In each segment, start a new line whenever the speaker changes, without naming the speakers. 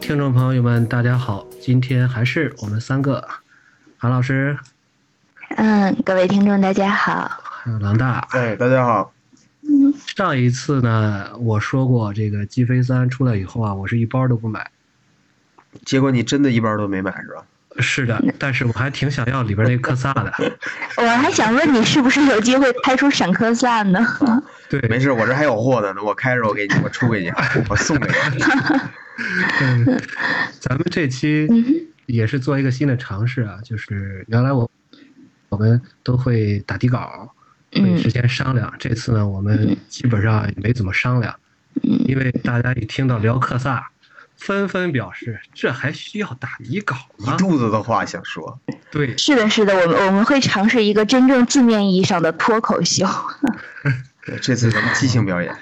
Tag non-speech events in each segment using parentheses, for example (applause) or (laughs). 听众朋友们，大家好，今天还是我们三个，韩老师，
嗯，各位听众大家好，
还有狼大。
哎，大家好，
嗯
上一次呢，我说过这个 G 飞三出来以后啊，我是一包都不买。
结果你真的一包都没买是吧？
是的，但是我还挺想要里边那科萨的。
我还想问你是不是有机会拍出闪客萨呢？
对，
没事，我这还有货呢，我开着我给你， (laughs) 我出给你，我送给你。
嗯，咱们这期也是做一个新的尝试啊，就是原来我我们都会打底稿，会
嗯
事先商量。这次呢，我们基本上也没怎么商量，
嗯
因为大家一听到聊克萨，纷纷表示这还需要打底稿吗
一？肚子的话想说，
对，
是的，是的，我们我们会尝试一个真正字面意义上的脱口秀。
对这次咱们即兴表演，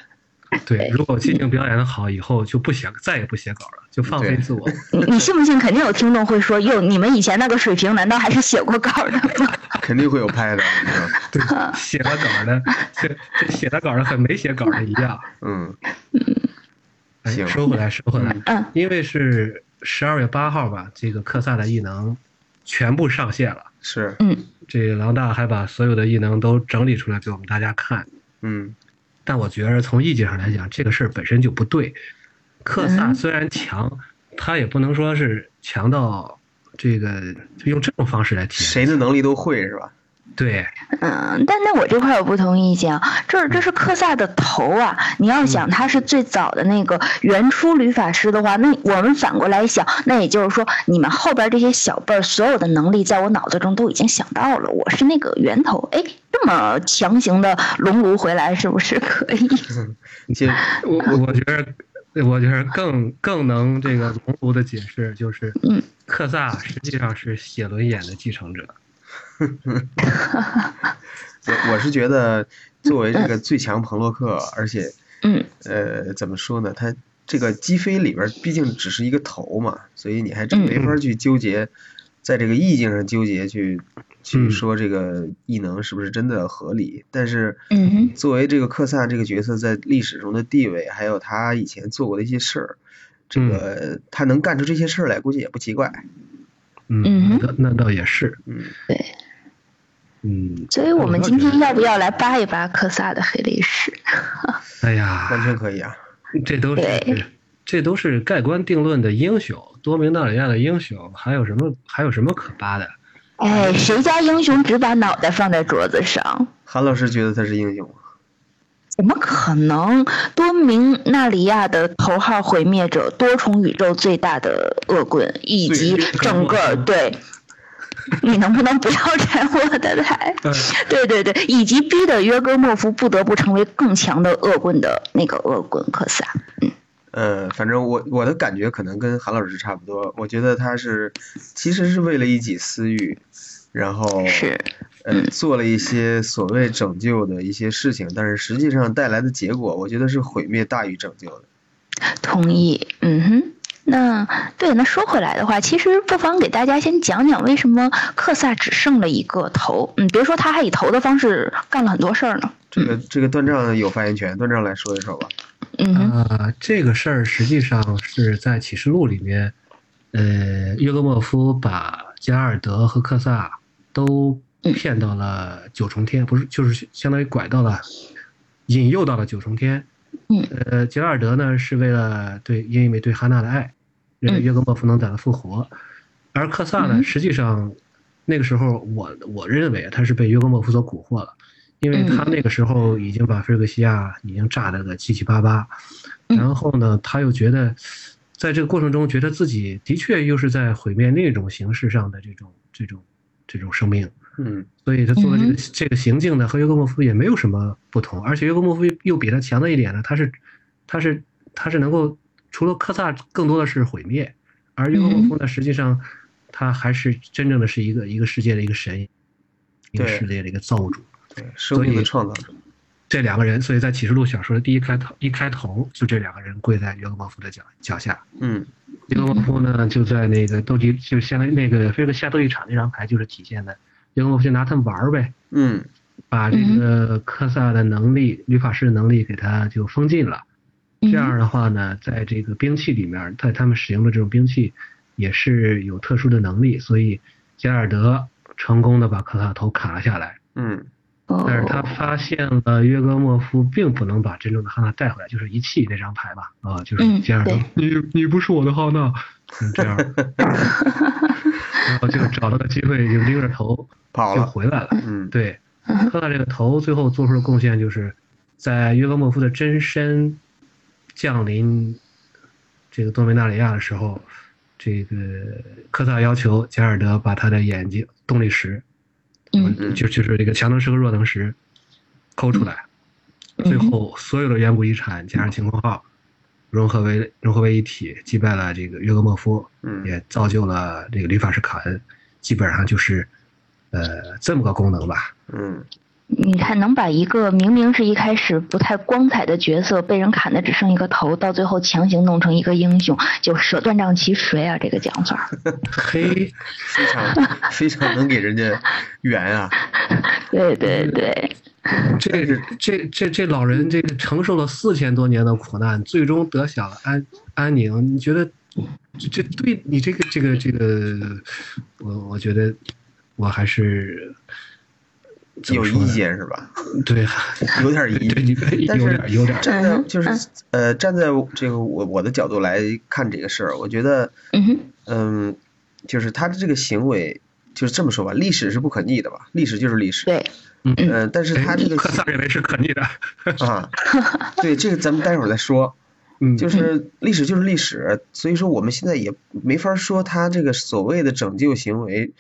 对，如果即兴表演的好，以后就不写，再也不写稿了，就放飞
对
自我。
你你信不信？肯定有听众会说：“哟，你们以前那个水平，难道还是写过稿的吗
肯定会有拍的。你说
(laughs)
对，写了稿的，写这写了稿的和没写稿的一样。
嗯，
哎，
行
收回来，收回来。
嗯
因为是十二月八号吧，这个克萨的异能全部上线了。
是，？”
嗯，
这狼大还把所有的异能都整理出来给我们大家看。
嗯，
但我觉得从意见上来讲，这个事儿本身就不对。克萨
嗯
虽然强，他也不能说是强到这个就用这种方式来体验。
谁的能力都会是吧？
对，
嗯，但那我这块有不同意见啊，这这是克萨的头啊。你要想他是最早的那个原初律法师的话，那我们反过来想，那也就是说，你们后边这些小辈儿所有的能力，在我脑子中都已经想到了，我是那个源头。哎，这么强行的龙炉回来，是不是可以？ (laughs)
接
我我觉得。我觉得更更能这个模糊的解释就是
嗯，
克萨实际上是写轮眼的继承者。
我我是觉得，作为这个最强彭洛克，而且
(laughs) 嗯
呃，怎么说呢？他这个击飞里边毕竟只是一个头嘛，所以你还真没
嗯
法去纠结，在这个意境上纠结去去
嗯
说这个异能是不是真的合理。但是
嗯哼
作为这个克萨这个角色在历史中的地位，还有他以前做过的一些事儿，这个他能干出这些事儿来，估计也不奇怪。
嗯
嗯，
那那倒也是。
嗯，
对，
嗯，
所以我们今天要不要来扒一扒克萨的黑历史？
哎
完
呀，
全可以啊。
这都是
对
这都是盖棺定论的英雄，多明纳里亚的英雄，还有什么还有什么可扒的？
哎，谁家英雄只把脑袋放在桌子上？
韩老师觉得他是英雄吗，
怎么可能？多明纳里亚的头号毁灭者，多重宇宙最大的恶棍，以及整个对，你能不能不要拆我的台？
(laughs) 呃，
对对对，以及逼得约格莫夫不得不成为更强的恶棍的那个恶棍科萨。
呃，反正我我的感觉可能跟韩老师差不多，我觉得他是其实是为了一己私欲，然
哦
后
是，
呃做了一些所谓拯救的一些事情，但是实际上带来的结果，我觉得是毁灭大于拯救的。
同意，嗯哼。那对，那说回来的话，其实不妨给大家先讲讲为什么克萨只剩了一个头。嗯，别说他还以头的方式干了很多事儿呢。
这个这个段丈有发言权，段丈来说一说吧。
嗯哼，
啊，这个事儿实际上是在启示录里面，呃，约格莫夫把加尔德和克萨都
嗯
骗到了九重天，不是，就是相当于拐到了，引诱到了九重天。
嗯，
呃，杰拉尔德呢是为了对因为对哈娜的爱，认为
嗯
约格莫夫能把他复活，而克萨呢，
嗯
实际上那个时候我我认为他是被约格莫夫所蛊惑了。因为
嗯
他那个时候已经把菲尔克西亚已经炸得个七七八八，
嗯
然后呢，他又觉得，在这个过程中，觉得自己的确又是在毁灭另一种形式上的这种这种这种生命，
嗯，
所以他做的这个、
嗯
这个行径呢，和约格莫夫也没有什么不同，而且约格莫夫又比他强的一点呢，他是他是他是能够除了科萨，更多的是毁灭，而约格
嗯
莫夫呢，实际上他还是真正的是一个一个世界的一个神，一个
对
世界的一个造物主。
对，生命
所
的
以
创造者。
这两个人，所以在启示录小说的第一开头一开头，就这两个人跪在约格莫夫的脚脚下。
嗯，
约格莫夫呢，就在那个斗地，就相当于那个菲利克西亚斗地场那张牌，就是体现的约格莫夫就拿他们玩儿呗，
嗯，
把这个科萨的能力、律法师的能力给他就封禁了，
嗯
这样的话呢，在这个兵器里面，在他们使用的这种兵器也是有特殊的能力，所以加尔德成功的把科萨头砍了下来。
嗯
但
哦
是他发现了约格莫夫并不能把真正的哈娜带回来，就是遗弃那张牌吧，啊、就是
嗯
加尔德
对，
你你不是我的哈娜，嗯
(laughs)
这样，然后就找了个机会就拎着头
跑
就
了，
回来了。
嗯
对，科萨这个头最后做出的贡献就是，在约格莫夫的真身降临这个多米纳里亚的时候，这个科萨要求加尔德把他的眼睛动力石，
嗯
嗯
就就是这个强能石和弱能石抠出来，最后所有的远古遗产加上晴空号融合为融合为一体，击败了这个约格莫夫，
嗯
也造就了这个律法师卡恩，基本上就是呃这么个功能吧。
嗯，
你看，能把一个明明是一开始不太光彩的角色，被人砍的只剩一个头，到最后强行弄成一个英雄，就舍断杖其谁啊！这个讲法儿，
嘿，
非常非常能给人家圆啊，
对对对，
这个这这这老人这个承受了四千多年的苦难，最终得享了安安宁。你觉得这这对你这个这个这个，我我觉得我还是怎么
有
说呢
意见是吧？
对，
有点疑
对，你 (laughs) 有
但是
点有点儿，
站在就是
嗯
呃，站在这个我我的角度来看这个事儿，我觉得
嗯哼，
嗯，就是他的这个行为，就是这么说吧，历史是不可逆的吧，历史就是历史。
对，
嗯、但是他
(laughs)
这个
科萨认为是可逆的，
啊，对这个咱们待会儿再说。
嗯，
就是历史就是历史，所以说我们现在也没法说他这个所谓的拯救行为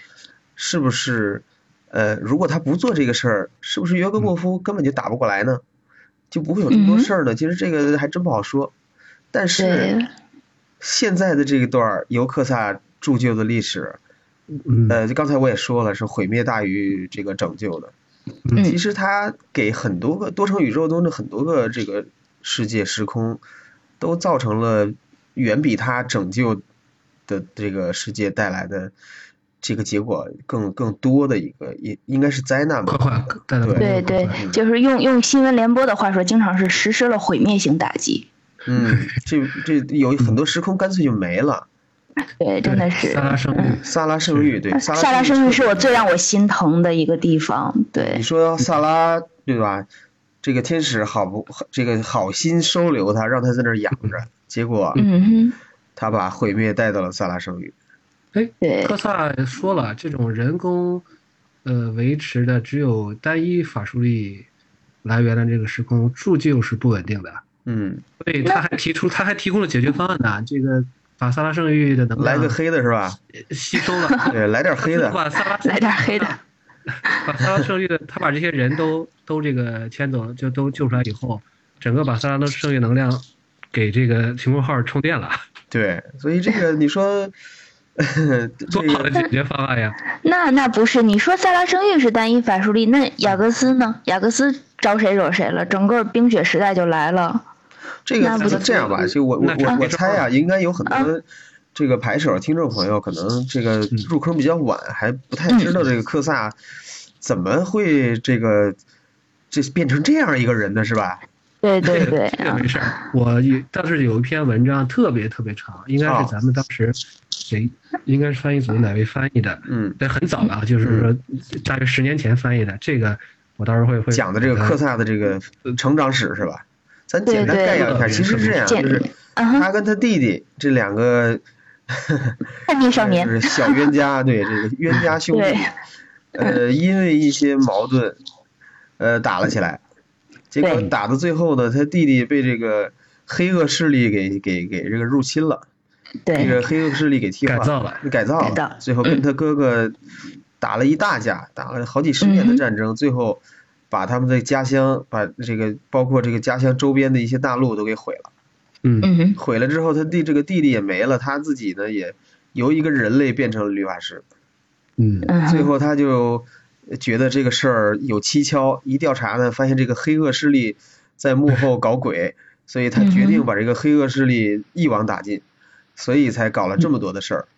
是不是，呃，如果他不做这个事儿，是不是
嗯
约格莫夫根本就打不过来呢？就不会有这么多事儿呢？其实这个还真不好说。但是
对，
现在的这一段儿由克萨铸就的历史，
嗯
呃，就刚才我也说了，是毁灭大于这个拯救的。
嗯
其实它给很多个多重宇宙中的很多个这个世界时空，都造成了远比它拯救的这个世界带来的这个结果更更多的一个，也应该是灾难
快
吧。
快，带到
对对，就是用用新闻联播的话说，经常是实施了毁灭性打击。
嗯，这这
(laughs)
有很多时空干脆就没了。
对，真的是
萨。
嗯
拉生育，
萨拉圣域对，萨
萨拉
拉
圣域
域
是我最让我心疼的一个地方。
你
对，
说萨拉对吧？这个天使好不这个好心收留他，让他在那儿养着，结果
嗯哼，
他把毁灭带到了萨拉圣域。
哎，
对
科萨说了，这种人工呃维持的只有单一法术力来源的这个时空铸就是不稳定的，
嗯，
所以他还提出，他还提供了解决方案呢，这个把萨拉圣域的能
来
量
个黑的是吧？
吸收了，
(laughs) 对，来点黑的。
把萨拉
来点黑的。
把萨拉圣域的，他把这些人都都这个牵走，就都救出来以后，整个把萨拉圣域能量给这个晴空号充电了，
对，所以这个你说，这
多好的
个
解决方案呀！
那那不是你说萨拉圣域是单一法术力，那雅各斯呢？雅各斯招谁惹谁了？整个冰雪时代就来了。
这个
那不
咱
就
们这样吧，就我我
那
我
是
我猜啊，应该有很多
啊
这个牌手听众朋友可能这个入坑比较晚，还
嗯
不太知道这个克萨怎么会这个这变成这样一个人呢，是吧？
对
(laughs)
对对
(laughs) 这个
啊
嗯
没，事儿，我也但是有一篇文章特别特别长，应该
哦
是咱们当时谁，应该是翻译组哪位翻译的，
嗯，
但很早了啊，就是说大约十年前翻译的。这个我到时候会会
讲的这个克
课，
萨的这个呃成长史是吧？咱简单
对对
概要一下，其实是这样，
简
就是
嗯哼，
他跟他弟弟这两个
叛逆少
就
年。
是小冤
(laughs)
家，对这个冤家兄
对
弟，呃，因为一些矛盾，呃，打了起来。结果
对
打到最后呢，他弟弟被这个黑恶势力给给给这个入侵了，这
对
个黑恶势力给替换
改造了，
改造
改造嗯
了，最后跟他哥哥打了一大架，打了好几十年的战争，最后把他们的家乡，把这个包括这个家乡周边的一些大陆都给毁了。
嗯，
嗯哼，
毁了之后，他弟这个弟弟也没了，他自己呢也由一个人类变成了律法师。
嗯
嗯
最
哼，
后他就觉得这个事儿有蹊跷，一调查呢，发现这个黑恶势力在幕后搞
(laughs)
鬼，所以他决
嗯
定把这个黑恶势力一网打尽，所以才搞了这么多的事儿。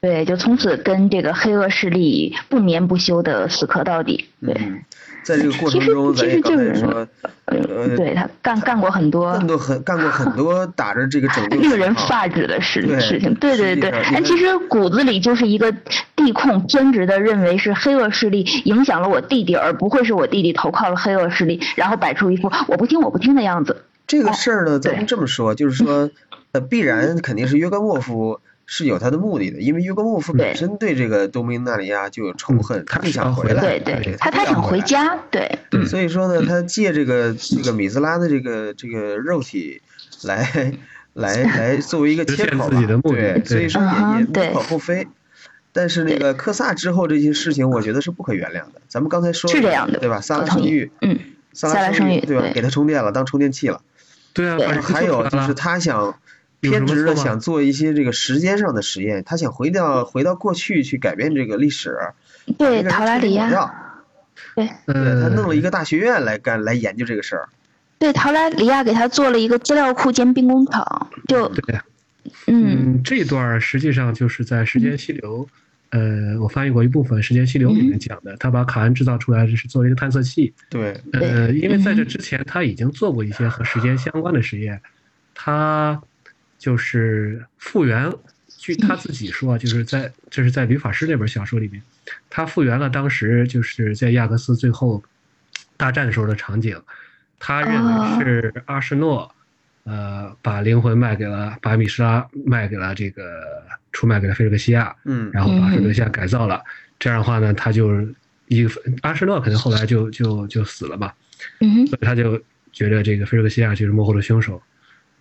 对，就从此跟这个黑恶势力不眠不休的死磕到底。对，
嗯，在这个过程中，
其实
咱也
其实
刚
就是
才说，呃，
嗯对他干干过很多
干过很干过很多打着这个
(laughs)
拯救
令人
旗号
发指的事
啊对
事情，对对
实际
对，
上
哎，
因为
其实骨子里就是一个地控专职的认为是黑恶势力影响了我弟弟，而不会是我弟弟投靠了黑恶势力，然后摆出一副我不听我不听的样子。
这个事儿呢，咱们
哦对
这么说，就是说，呃，必然肯定是约格莫夫是有他的目的的，因为约格莫夫
对
本身对这个东宾纳里亚就有仇恨
嗯，他
不
是要
想
回
来，
来
对
对
对，
他
他
不想
想回
来。
家，对，嗯
所以说呢，他借这个这个米斯拉的这个这个肉体来
(laughs)
来来作为一个
实
切
现
口
自己
吧
的目，的
对，
对
所以说
嗯哼
也也
对
无可厚非。但是那个克萨之后这些事情，我觉得是不可原谅的。咱们刚才说
是这样的
对吧？萨
我
拉
同
圣
意
域，，
嗯，
萨
萨
拉
拉
圣
圣
域
域
对吧？
对
给他充电了，当充电器了。
对啊，
对
把这
还
做
有
出
就
来
是
了
他想
有什
偏
么
执的
错吗
想做一些这个时间上的实验，他想回到回到过去去改变这个历史。
对
那个人
陶拉
彻
里
底火
亚，
药，对
呃，
他弄了一个大学院来干来研究这个事儿。
对陶拉里亚给他做了一个资料库兼兵工厂，就
对啊，
嗯
嗯，这段儿实际上就是在《时间溪流》，呃，我翻译过一部分《时间溪流》
嗯
里面讲的，他把卡恩制造出来是作为一个探测器，
对，
呃，因为在这之前他已经做过一些和时间相关的实验，他就是复原，据他自己说啊，就是在这是在《吕法师》那本小说里面，他复原了当时就是在亚格斯最后大战的时候的场景，他认为是阿什诺，呃，把灵魂卖给了把米什拉卖给了这个出卖给了菲利克西亚，
嗯，
然后把水流下改造了。这样的话呢，他就一个阿什诺肯定后来就就就死了嘛，
嗯
所以他就觉得这个菲利克西亚就是幕后的凶手。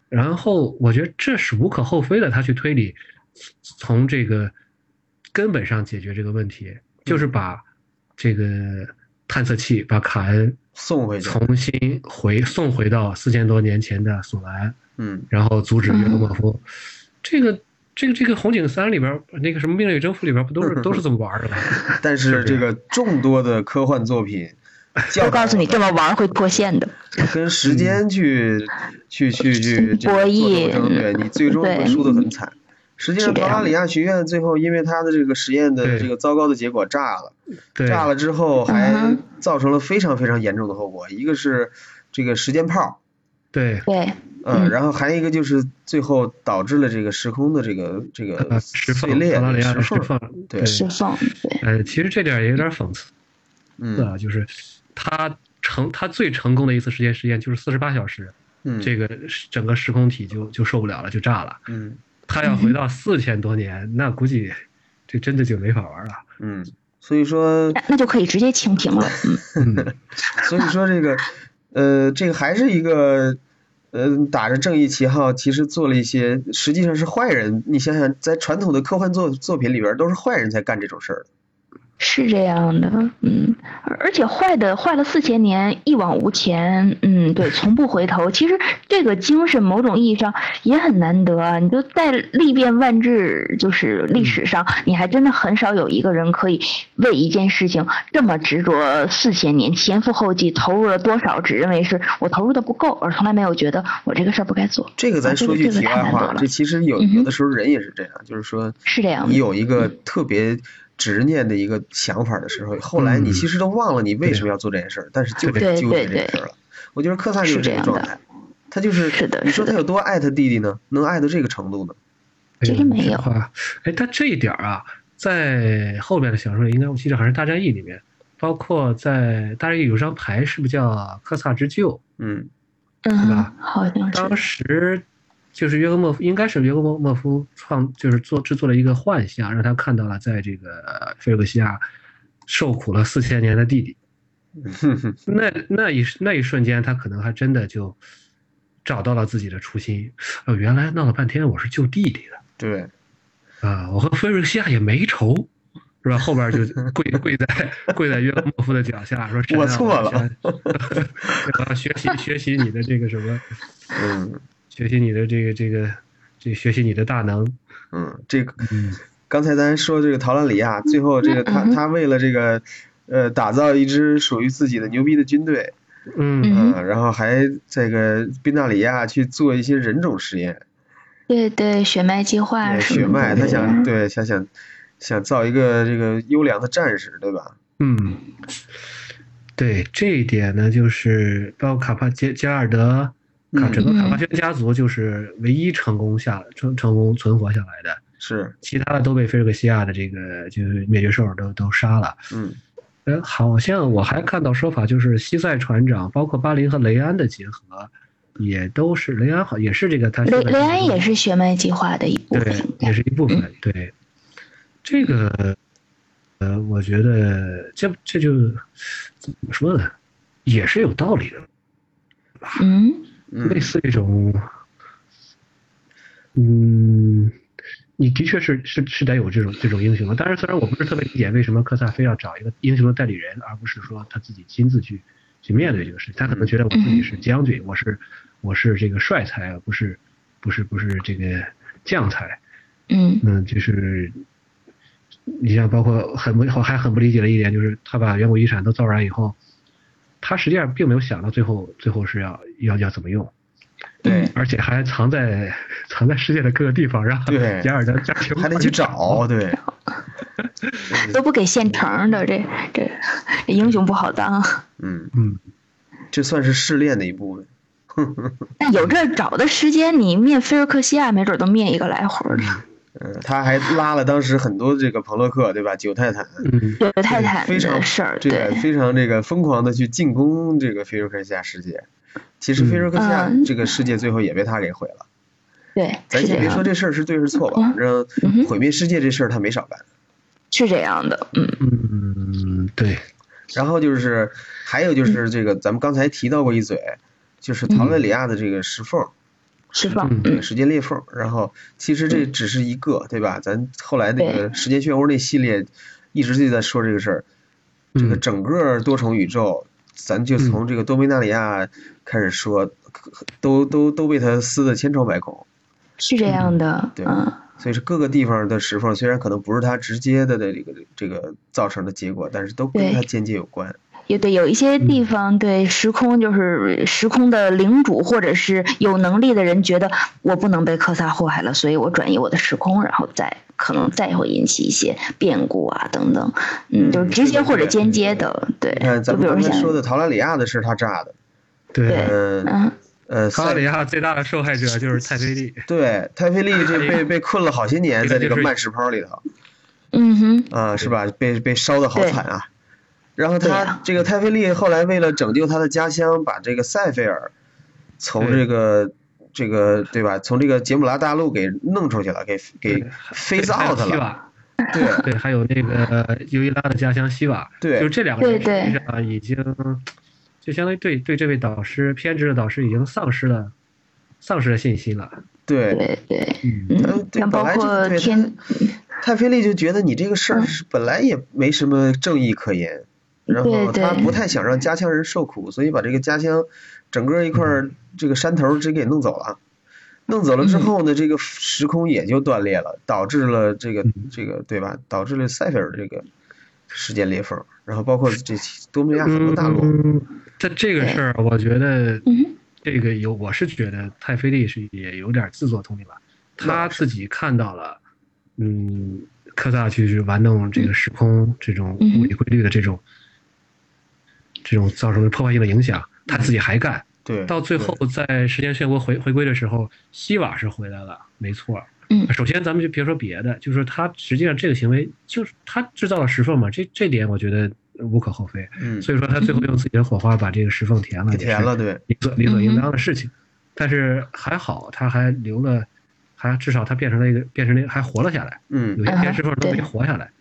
然后我觉得这是无可厚非的，他去推理从这个根本上解决这个问题，就是把这个探测器把卡恩
送回去。
重新回送回到四千多年前的索兰，
嗯，
然后阻止约格莫夫。这个这个这个《红警三》里边儿那个什么《命令与征服》里边儿不都是
嗯
都是这么玩儿的吗？
但是这个众多的科幻作
(laughs)
品，
都
教
告诉你
导
这么玩会脱线的，
我们跟时
嗯
间去去去去这个
呃博
做
弈
斗争，对你最终会
对
输得很惨。实际上，
是这
巴
样
拉里亚学院最后因为他的这个实验的
对
这个糟糕的结果炸了。
对，
炸了之后还
嗯
造成了非常非常严重的后果，一个是这个时间泡，
对，
对，
呃，
嗯
然后还有一个就是最后导致了这个时空的这个这
呃，
个
释
碎
放
裂
巴拉里亚的
石
释
缝，
放，
对
释放，对，
呃，其实这点儿也有点讽刺
嗯
啊，就是他成他最成功的一次时间实验就是四十八小时，
嗯，
这个整个时空体就就受不了了，就炸了。
嗯
他要回到四千多年，那估计这真的就没法玩了。
嗯，所以说
那那就可以直接清屏了，嗯。
(laughs)
嗯，
所以说这个呃这个还是一个。呃，打着正义旗号，其实做了一些实际上是坏人。你想想，在传统的科幻作作品里边，都是坏人才干这种事儿。
是这样的，嗯，而而且坏的坏了四千年，一往无前，嗯，对，从不回头。其实这个精神某种意义上也很难得啊！你就在历变万智，就是历史上，
嗯
你还真的很少有一个人可以为一件事情这么执着四千年，前赴后继，投入了多少，只认为是我投入的不够，而从来没有觉得我这个事儿不该做。
这个
啊
咱
这
说
个
句
这个
题
太
外
难
话
得，了
这其实有
嗯哼
有的时候人也是这样，就是说，
是这样嗯
你
的，
有一个特别执念的一个想法的时候，后来你
嗯
其实都忘了你为什么要做这件事儿，但是就是
对
纠结
对
这
对
件事儿了。我觉得科萨就是
是这
个
样
状
的
态，他就是
是的
你说
是的
他有多爱他弟弟呢？能爱到这个程度呢？
其实
哎呦
没
这
有
话哎，但这一点儿啊，在后边的小说里，应该我记得好像是《大战役》里面，包括在《大战役》有张牌，是不是叫《科萨之救》？
嗯
嗯
吧，
好像
当
是，
时就是约格莫夫，应该是约格莫莫夫创，就是做制作了一个幻象，让他看到了在这个菲利克西亚受苦了四千年的
(laughs)
弟弟。
哼哼
那那一那一瞬间，他可能还真的就找到了自己的初心。哦，原来闹了半天我是救弟弟的。
对，
啊，我和菲瑞克西亚也没仇，是吧？后边就
(laughs)
跪跪在跪在约格莫夫的脚下，说：“神啊
我错了，
我要 (laughs) 我要学习学习你的这个什么，
嗯
学习你的这个这个这学习你的大能。
嗯，这个”
嗯，
刚才咱说这个陶拉里亚，最后这个他
嗯哼
他为了这个呃打造一支属于自己的牛逼的军队，呃
嗯，
嗯
嗯，然后还这个宾纳里亚去做一些人种实验，
对对，血脉计划
呃
什
血
么
脉，
哎的。
他想对想想想造一个这个优良的战士，对吧？
嗯，对这一点呢，就是包括卡帕杰杰尔德
嗯
卡整个卡帕宣家族就是唯一成功下成成功存活下来的，
是，
其他的都被菲尔克西亚的这个就是灭绝兽都都杀了。
嗯
呃，好像我还看到说法，就是西塞船长包括巴林和雷安的结合，也都是雷安好也是这个他
雷雷安也
是
是嗯血脉计划的一部分
对，
应
也
该。
是一部分对。这个呃，我觉得这这就怎么说呢，也是有道理的，
嗯，
嗯
类似一种，嗯，你的确是是是得有这种这种英雄啊的。当然，虽然我不是特别理解为什么科萨非要找一个英雄的代理人，而不是说他自己亲自去去面对这个事情。他可能觉得我自己是将军，我是我是这个帅才，而不是不是不是这个将才。
嗯，
嗯，就是你像包括很不我还很不理解的一点，就是他把远古遗产都造燃以后，他实际上并没有想到最后最后是要要要怎么用。
对
而且还藏在 (laughs) 藏在世界的各个地方，让
对
雅尔的家庭
还得去找，对，
都不给现成的，这这这英雄不好当。啊
嗯，
嗯，
这算是试炼的一部分。
但有这找的时间，你灭菲尔克西亚，没准都灭一个来回的。
嗯，他还拉了当时很多这个朋洛克，对吧？九泰坦，
嗯，
对泰坦
非常
的事儿，
这个
对，
非常这个疯狂的去进攻这个菲瑞克西亚世界。其实菲瑞克西亚
嗯
这个世界最后也被他给毁了。
对，
咱
是这
先别
样
说
的，
这事儿是对是错吧，
嗯
反正
嗯哼
毁灭世界这事儿他没少干。
是这样的，嗯
嗯，对，
然后就是还有就是
嗯
这个，咱们刚才提到过一嘴，就是陶雷里亚的这个石缝，
释放，
这个
嗯
时间裂缝。然后其实这只是一个，对吧？咱后来那个时间漩涡那系列一直就在说这个事儿，这个
嗯
整个多重宇宙，咱就从这个多米纳里亚开始说，都都都被他撕得千疮百孔。
是这样的，
对
嗯，
所以是各个地方的石缝，虽然可能不是他直接的这个这个造成的结果，但是都跟
对
他间接有关。
也对，有一些
嗯
地方对时空就是时空的领主或者是有能力的人觉得我不能被科萨祸害了，所以我转移我的时空，然后再可能再会引起一些变故啊等等，嗯，就是直接或者间接的，对
你看，，
就
咱
比
们
如
刚才说
像，
的陶拉里亚的是他炸的，
对
对，
嗯
嗯，
呃，
卡拉
塞
里亚最大的受害者就是泰菲利，
对，泰菲利这被被困了好些年，在这个
就是
慢石泡里头
嗯哼，
啊，是吧？被被烧的好
对
惨啊。然后
对
他
啊
这个泰菲利后来为了拯救他的家乡，把这个塞菲尔从
对
这个这个对吧？从这个杰姆拉大陆给弄出去了，给给
对
(laughs) 飞造他
希
了。
瓦，
对
对，还有那个尤伊拉的家乡希瓦，就
对
这两个人
对
实际上已经就相当于对对这位导师偏执的导师已经丧失了丧失了信心了，
对，
对对，
嗯，
嗯，
这
像包
本来就
括
对
天，嗯
泰菲利就觉得你这个事儿是本来也没什么正义可言，然后
对对
他不太想让家乡人受苦，所以把这个家乡整个一块
嗯
儿这个山头儿直接给弄走了。弄走了之后呢，这个时空也就断裂了，导致了这个
嗯
这个对吧？导致了塞菲尔这个时间裂缝，然后包括这多米亚很多大陆，
嗯，在这个事儿，我觉得
嗯
这个有，我是觉得泰菲利是也有点自作聪明吧，他自己看到了，嗯，科萨去玩弄这个时空这种
嗯
物理规律的这种、这种造成的破坏性的影响，他自己还干，
嗯对，
到最后在时间漩涡回回归的时候，希瓦是回来了，没错。
嗯
首先咱们就别说别的，就是说他实际上这个行为就是他制造了石缝嘛，这这点我觉得无可厚非。
嗯，
所以说他最后用自己的火花把这个石缝填了，也是
给填了，对，
理所理所
嗯
应当的事情。但是还好，他还留了，还至少他变成了一个变成了一个还活了下来。有
嗯，
些
嗯
变石缝都没
对
活下来。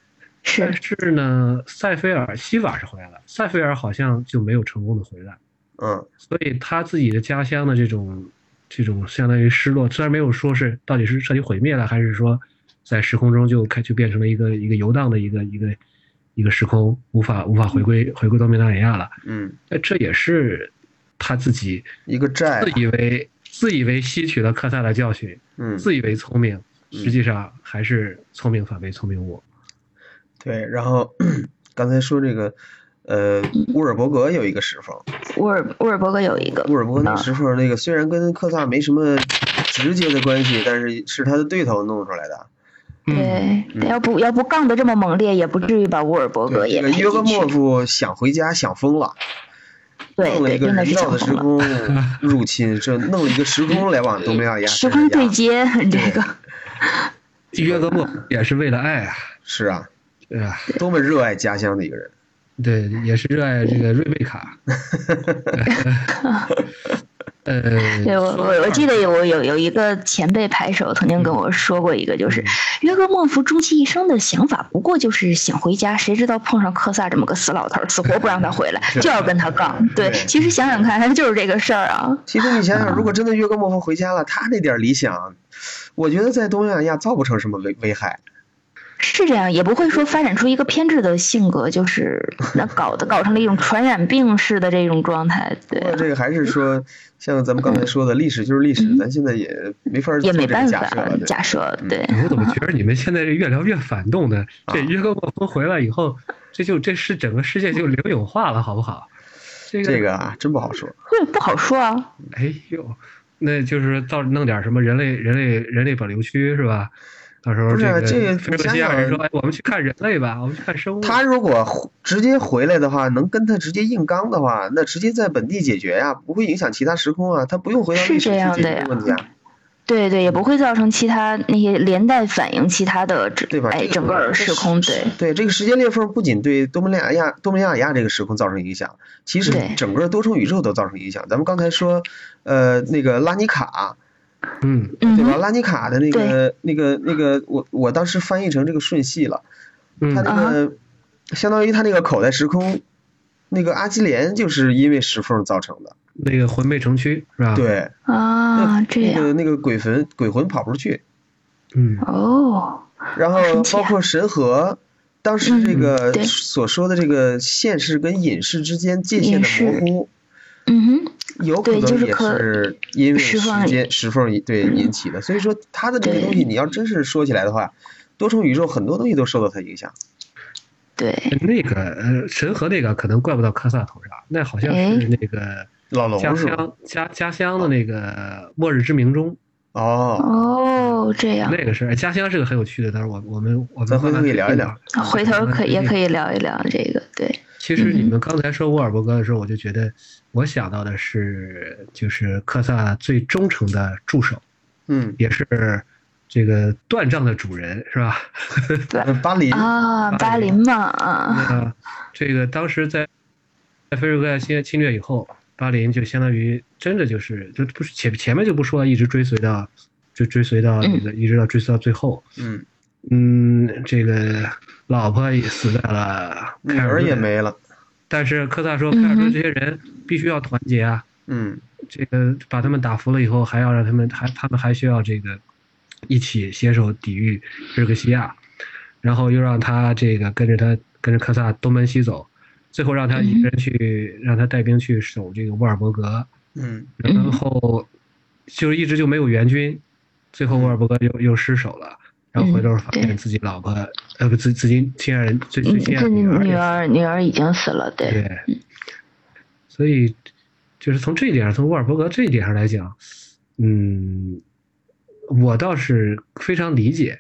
但
是，
是呢，塞菲尔希瓦是回来了，塞菲尔好像就没有成功的回来，
嗯，
所以他自己的家乡的这种这种相当于失落，虽然没有说是到底是彻底毁灭了，还是说在时空中就开就变成了一个一个游荡的一个一个一个时空，无法无法回归回归到美纳里亚了。
嗯，
那这也是他自己
一个债
自，以为自以为吸取了科萨的教训，
嗯，
自以为聪明，
嗯
实际上还是聪明反被聪明误。
对，然后 (clears throat) 刚才说这个，呃，乌尔伯格有一个石缝，
沃尔沃尔伯格有一个
乌，尔伯格那
啊
石缝那个虽然跟科萨没什么直接的关系，但是是他的对头弄出来的。
嗯
对，要不要不杠的这么猛烈，也不至于把沃尔伯格
嗯对，
也
这个
赔进去。
约格莫夫想回家想疯了，
对
弄了
对，
一个
真的
人
是
造
想
的时
疯了。
空
(laughs)
入侵，这弄了一个时空来往东北亚亚
时空对接， (laughs) 这个
约格莫夫也是为了爱啊，
是啊，
对吧？
多么热爱家乡的一个人。
对，也是热爱这个瑞贝卡。呃，
(laughs) 对我我我
(laughs)
记得有有有一个前辈牌手曾
嗯
经跟我说过一个，就是约格莫夫终其一生的想法，不过就是想回家，谁知道碰上科萨这么个死老头儿，死活不让他
(laughs)
回来，就要跟他杠。对
对，
其实想想看，他就是这个事儿啊。
其实你想想，如果真的约格莫夫回家了，他那点理想，我觉得在东亚亚造不成什么危危害。
是这样，也不会说发展出一个偏执的性格，
(laughs)
就是那搞得搞成了一种传染病似的这种状态，对啊
不过这个还
(laughs)
是说，像咱们刚才说的，历史就是历史，咱现在也没法儿
嗯也
做
没
这个
办
假
法
设了。对嗯
假设，对，
哎我怎么觉得你们现在这越聊越反动呢？
啊
这约格莫夫回来以后，这就这是整个世界就零有化了，好不好？这
这个啊，真不好说。
这不好说啊。
哎呦，那就是到弄点什么人类人类人类保留区是吧？到时候
不是啊
这
这个
个菲利西亚人
你想
说，
想
哎，我们去看人类吧，我们去看
嗯
生物。
他如果回直接回来的话，能跟他直接硬刚的话，那直接在本地解决呀、不会影响其他时空啊，他不用回到
是
历史
这
去
样
解
的
决
呀
问题啊，
对对，也不会造成其他那些连带反映其他的这
对吧？
哎，
这个
整个时空对
对这个时间裂缝不仅对东南亚东南亚亚这个时空造成影响，其实
对
整个多重宇宙都造成影响。咱们刚才说，呃，那个拉尼卡，啊
嗯，
嗯
对吧？
哼，
拉尼卡的那个那个那个，我我当时翻译成这个顺系了，
嗯
他
啊
那个相当于他那个口袋时空，那个阿基连就是因为石缝造成的，
那个魂袂城区是吧？，
对。
啊，这
那
样
个那个鬼魂鬼魂跑不出去，
嗯，
哦，
然后
好神奇
包
啊
括神河，当时这个
嗯对
所说的这个现世跟隐世之间界限的模糊，
嗯哼，
有可
对就
能
是
也
可
是因为
石缝
时间石缝对引起的。所以说他的这个
对
东西，你要真是说起来的话，多重宇宙很多东西都受到他影响。
对，
那个呃，神河那个可能怪不到科萨头上，那好像
哎
是那个
老
家
龙是吧？
乡家家乡的那个末日之鸣中，
哦，
哦，这样，
那个是哎家乡是个很有趣的，但是我我们我
咱
们
回
慢
头
慢
可以聊一聊
嗯
啊回头可以也可
以。
以聊一聊这个，对，
其实你
嗯
们刚才说沃尔伯格的时候，我就觉得我想到的是就是科萨最忠诚的助手，
嗯，
也是这个断杖的主人，是吧？
嗯巴林
啊，巴林嘛，啊，
那呃这个当时在在菲尔盖侵侵略以后，巴林就相当于真的就是就不是前前面就不说了，一直追随到就追随到这个、一直到追随到最后，
嗯，
嗯，这个老婆也死在了
女
凯尔
儿
顿
也，没了，
但是科萨说凯尔顿
嗯哼
这些人必须要团结啊，
嗯
这个把他们打服了以后，还要让他们还他们还需要这个一起携手抵御日克西亚，然后又让他这个跟着他跟着科萨东奔西走，最后让他一个人
嗯
去、让他带兵去守这个沃尔伯格，
嗯
然后就一直就没有援军，最后沃尔伯格又又失守了。然后回头发现
嗯对
自己老婆，呃，不，自自己亲爱人最最
嗯，
亲爱
这
的
女
女儿也
儿女儿已经死了，对，
对，所以就是从这一点上，从沃尔伯格这一点上来讲，嗯，我倒是非常理解，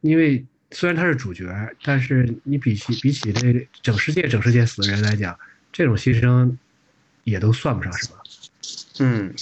因为虽然他是主角，但是你比起比起这整世界整世界死的人来讲，这种牺牲也都算不上什么。
嗯，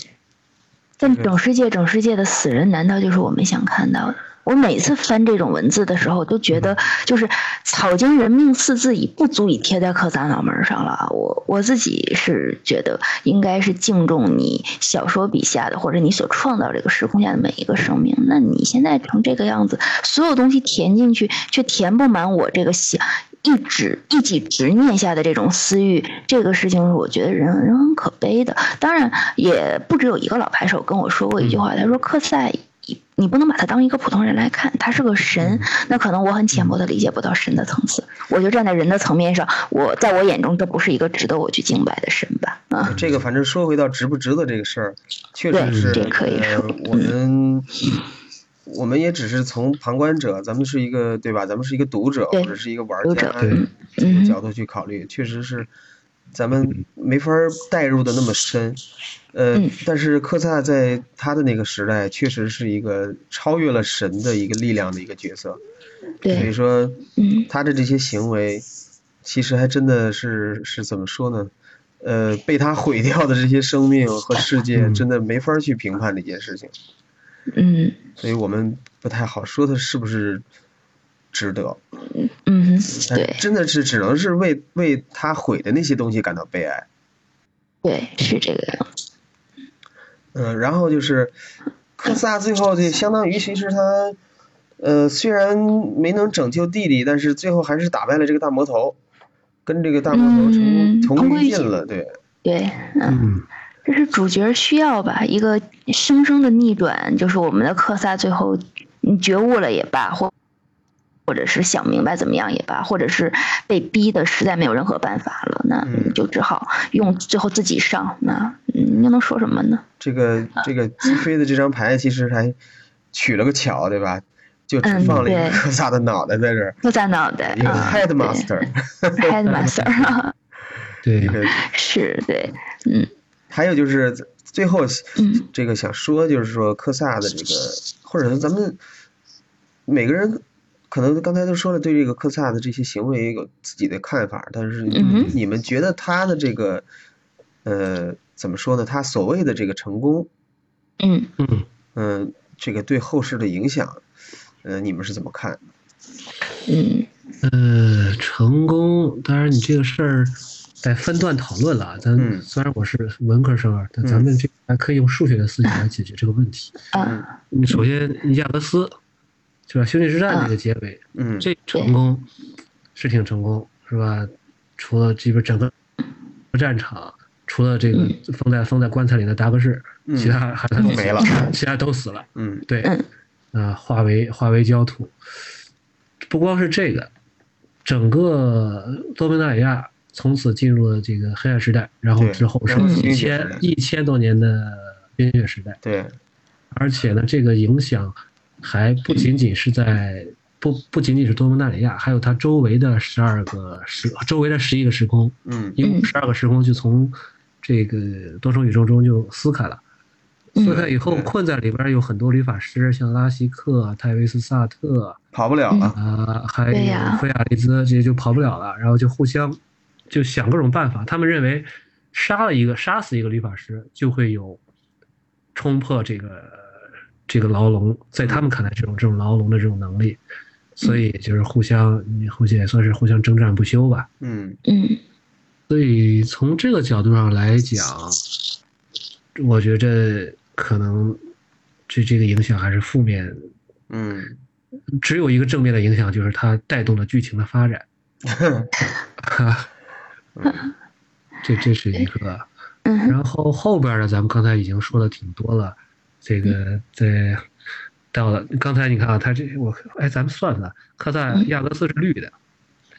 但整世界整世界的死人，难道就是我们想看到的？我每次翻这种文字的时候，都觉得就是“草菅人命”四字已不足以贴在科萨脑门上了啊。我我自己是觉得应该是敬重你小说笔下的，或者你所创造这个时空下的每一个生命。那你现在成这个样子，所有东西填进去，却填不满我这个想一直一己执念下的这种私欲，这个事情是我觉得人人很可悲的。当然，也不只有一个老牌手跟我说过一句话，他说克赛。你不能把他当一个普通人来看，他是个神。那可能我很浅薄的理解不到神的层次，我就站在人的层面上，我在我眼中这不是一个值得我去敬拜的神吧？啊，
哎这个反正说回到值不值得这个事儿，确
对
实是
这可以
呃
说
我们我们也只是从旁观者，咱们是一个对吧？咱们是一个读者
对
或者是一个玩
读
家
者
对
这个
嗯
角度去考虑，确实是咱们没法儿代入的那么深。呃
嗯，
但是科萨在他的那个时代，确实是一个超越了神的一个力量的一个角色。所以
对，
说，
嗯
他的这些行为，其实还真的是是怎么说呢？呃，被他毁掉的这些生命和世界，
嗯
真的没法儿去评判这件事情，
嗯
所以我们不太好说他是不是值得。
嗯，
但
对
真的是只能是为为他毁的那些东西感到悲哀。
对，是这个样。
嗯，然后就是科萨最后这相当于其实他，呃，虽然没能拯救弟弟，但是最后还是打败了这个大魔头，跟这个大魔头成功、
嗯
同
同
归
归
于
于
尽
尽
了。对，
对，
嗯，
这是主角需要吧？一个生生的逆转，就是我们的克萨最后嗯觉悟了也罢，或或者是想明白怎么样也罢，或者是被逼的实在没有任何办法了，那
嗯
就只好用最后自己上。那嗯，又能说什么呢？
这个这个击飞的这张牌其实还取了个巧，对吧？就只
嗯
放了一
对
个科萨的脑袋在这儿，
又在脑袋
一个
啊
headmaster，、
，headmaster (laughs)
对
一，个
是对，
还有就是最后
嗯
这个想说，就是说科萨的这个，或者是咱们每个人可能刚才都说了，对这个科萨的这些行为有自己的看法，但是
嗯哼
你们觉得他的这个呃怎么说呢？他所谓的这个成功，
嗯。
嗯，
嗯、这个对后世的影响，呃，你们是怎么看？
嗯
呃，成功，当然你这个事儿得分段讨论了啊。咱
嗯
虽然我是文科生啊，但咱
嗯
们这个还可以用数学的思想来解决这个问题。
啊
你嗯首先，你亚格斯，是吧？兄弟之战这个结尾，
嗯，
这成功是挺成功，是吧？除了这边整个战场，除了这个封在封在棺材里的达格士，
嗯
其他还都
都没了，
其他都死了。
嗯
对，啊
嗯、
化为化为焦土。不光是这个，整个多米纳里亚从此进入了这个黑暗时代，然后
对
之后是
然后
一
冰雪时
千
代
一千多年的冰雪时代。
对，
而且呢，这个影响还不仅仅是在不不仅仅是多蒙纳里亚，还有它周围的十二个时，周围的十一个时空，
嗯
一共十二个时空就从这个多重宇宙中就撕开了。撕开以后，
嗯对
困在里边有很多理发师，像拉希克啊、泰维斯·萨特啊、
跑不了了，
啊，还
对
有
呀
菲亚利兹，这些就跑不了了，然后就互相就想各种办法。他们认为杀了一个杀死一个理发师，就会有冲破这个这个牢笼，在他们看来，这种这种牢笼的这种能力，所以就是互相你互相也算是互相征战不休吧。
嗯
嗯
所以从这个角度上来讲，我觉得可能这这个影响还是负面
嗯，
只有一个正面的影响，就是它带动了剧情的发展。哈，这这是一个。
嗯
然后后边的咱们刚才已经说的挺多了，这个在到了刚才你看啊，他这我哎，咱们算算，科萨亚格斯是绿的，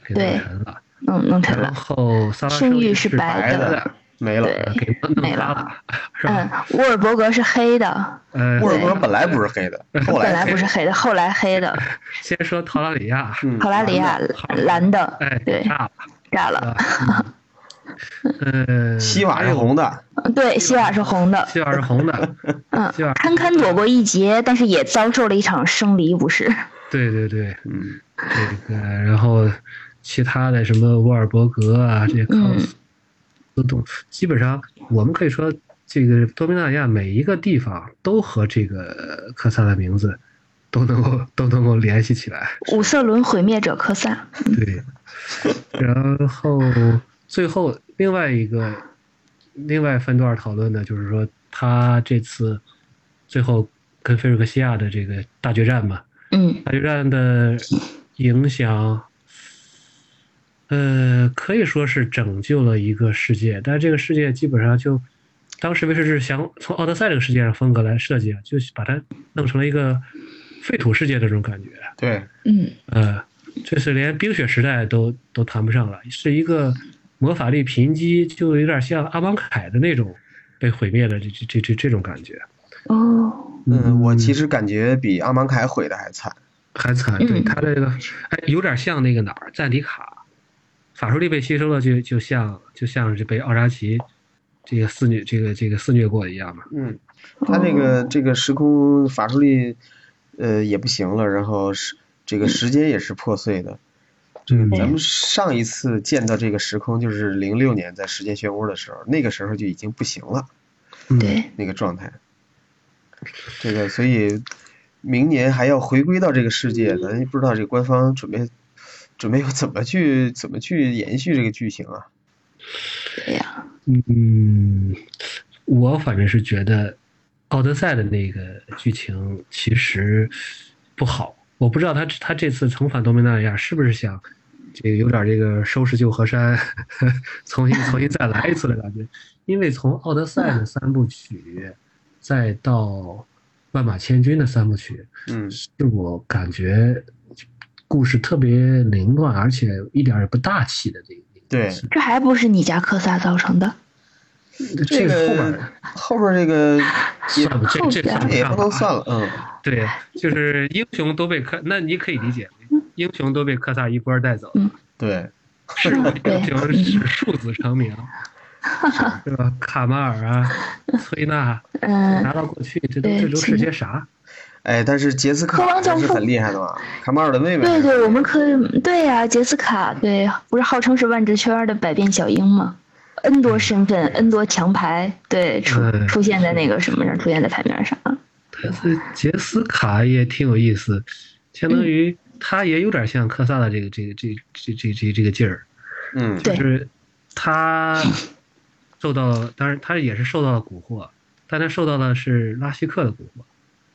给
对
弄沉了，
嗯，弄成
然
了。
后萨拉
圣域
是
是白
的
的，
没了。
对
给弄
没
发
了
了，是
嗯
吧？，
沃尔伯格是黑的，
呃
沃，尔
对
伯本来不是黑的，后
本
来
来
黑
不是
的，
黑的，后来黑的。
先说陶拉里亚，
嗯，
考拉里亚蓝的
哎，，
对，
炸了，
炸
是
了。
吧？嗯呃，
西瓦
还
是
有
哎
红的，
对，希瓦是红的，
嗯希瓦是红
(laughs)
的，
嗯
希瓦，
堪堪躲过一劫，但是也遭受了一场生离不是。
对对对，
嗯
这个然后其他的什么沃尔伯格啊，
嗯
这些康斯顿，基本上我们可以说，这个多米纳亚每一个地方都和这个科萨的名字都能够都能够联系起来，
五色轮毁灭者科萨， (laughs)
对，然后最后另外一个另外分段讨论的就是说，他这次最后跟菲尔克西亚的这个大决战嘛，
嗯
大决战的影响，呃，可以说是拯救了一个世界，但这个世界基本上就，当时威士忌想从奥德赛这个世界上风格来设计，啊就把它弄成了一个废土世界的这种感觉，
对，
嗯
呃，这是连冰雪时代都都谈不上了，是一个魔法力贫瘠，就有点像阿芒凯的那种被毁灭的这这这这这种感觉。
哦，
嗯，我其
实
实感觉比阿芒凯毁的还惨。
还惨，对
嗯
他这个，哎，有点像那个哪儿赞迪卡，法术力被吸收了就，就像就像是被奥扎奇这个肆虐这个这个肆虐过一样嘛。
嗯，他这个这个时空法术力，呃，也不行了，然后是这个时间也是破碎的。这
嗯
个
哎
咱们上一次见到这个时空就是零六年在时间漩涡的时候，那个时候就已经不行了，
嗯
对，
那个状态。这个所以明年还要回归到这个世界，咱也不知道这个官方准备准备要怎么去怎么去延续这个剧情啊？
对呀，
嗯，我反正是觉得《奥德赛》的那个剧情其实不好，我不知道他他这次重返多米纳里亚是不是想这个有点这个收拾旧河山， (laughs) 重
(laughs)
新重新再来一次的感觉。因为从《奥德赛》的三部曲，再到《万马千军》的三部曲，
嗯
是我感觉故事特别凌乱，而且一点儿也不大气的这个。
对
这还不是你家科萨造成的？
这
这
个后
个
边
后边这个也
算不这这算
也
上
不
吧啊 (laughs)
能算了，嗯，
对，就是英雄都被科，那你可以理解，
嗯
英雄都被科萨一波带走，
对，
是吧？英
嗯
雄是庶子成
(laughs)
名，对吧？卡马尔啊，崔娜
嗯，
拿到过去，这都这都是些啥？
哎，但是杰斯
科
卡
王教
还是
父
很厉害的嘛，卡马尔的妹妹
对
还是很厉害的。
对，我们可以，对呀、杰斯卡，对，不是号称是万智圈的百变小樱吗？N 多身份，N 多强牌，对，出
嗯
出现在那个什么上，出现在牌面上啊。
但是呃杰斯卡也挺有意思，相
嗯
当于他也有点像科萨的这个这个这这这这这个劲儿，
嗯，
对
就是
(laughs)
他受到了，当然他也是受到了蛊惑，但他受到的是拉希克的蛊惑。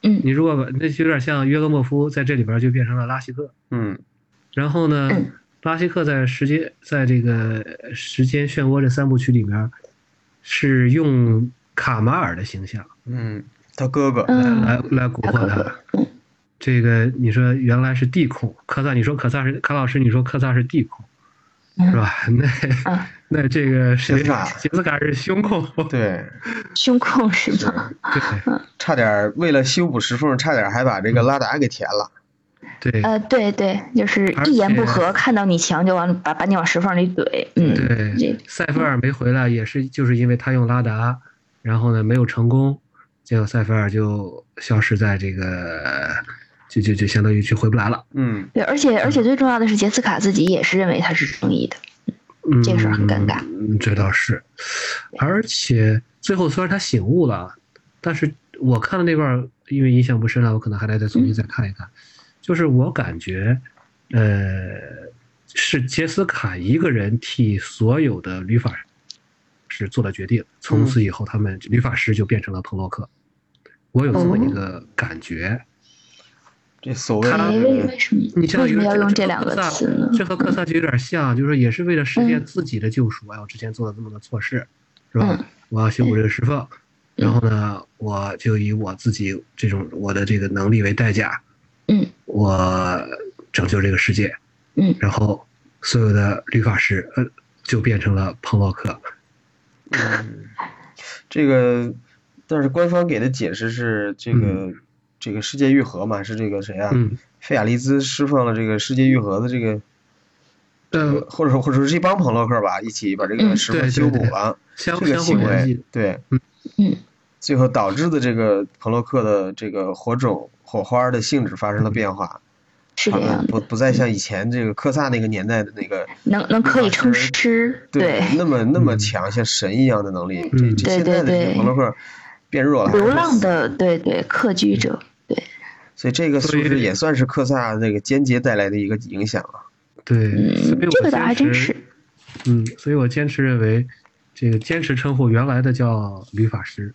嗯
你如果把那就有点像约格莫夫在这里边就变成了拉希克，
嗯
然后呢
嗯，
拉希克在时间在这个呃时间漩涡这三部曲里边，是用卡马尔的形象
嗯，他哥哥，
来
嗯，
来蛊惑
大哥
他
哥。嗯
这个你说原来是地控，科萨你说科萨是卡老师，你说科萨是地控
嗯
是吧？ (laughs) 那
啊，
那这个谁
杰斯卡
杰斯卡是胸控， (laughs)
对，
胸控是吗？
对
差点儿为了修补石缝，差点儿还把这个拉达给填了。
(laughs)
对
呃，对对，就是
而
一言不
且
合，看到你强就往把把你往石缝里怼，嗯，
对
这，
塞菲尔没回来也是就是因为他用拉达，然后呢没有成功，结果塞菲尔就消失在这个，就就就相当于就回不来了。
嗯，
对，而且而且最重要的是，杰斯卡自己也是认为他是正义的，
嗯，
这个事儿很尴尬
嗯，这倒是，而且最后虽然他醒悟了，但是我看的那段儿因为印象不深了，我可能还得再重新再看一看。
嗯
就是我感觉，呃，是杰斯卡一个人替所有的旅法师做了决定，从此以后他
嗯
们旅法师就变成了彭洛克。我有这么
哦
一个感觉，
这所谓
他
哎，为为
的
什么
你相当
为什
于
么要
个
用这
和
两
科
个
萨
词呢？
这和科萨就有点像，就是也是为了实现
嗯
自己的救赎。哎，我之前做了这么多错事，是吧？
嗯
我要修补这个石缝，然后呢，我就以我自己这种我的这个能力为代价，
嗯
我拯救这个世界。
嗯
然后所有的律法师，呃，就变成了彭洛克。
这个，但是官方给的解释是这个这个世界愈合嘛，是这个谁啊？
嗯，
费亚利兹释放了这个世界愈合的这个，
呃，
或者说或者说这帮朋洛克吧，一起把这个
嗯
石缝
对
修
对
补
对
了，
相
这个
相互
行
联
为
系，
对，
嗯
最后导致的这个朋洛克的这个火种火花的性质发生了变化，
是这
好像
样
不
的，
不再像以前这个科萨那个年代的那个
能能可以称师，对，
那么那么
嗯
强，像神一样的能力，这
嗯
这
对
现
对
在的这
对
个朋洛克变弱了，
流浪的，对对，客居者，对，
所以这个素
所
质
以
也算是克萨那个间接带来的一个影响啊。
对，所
嗯
以我，
这个倒还
坚
真
持
是，
嗯，所以我坚持认为，这个坚持称呼原来的叫吕法师，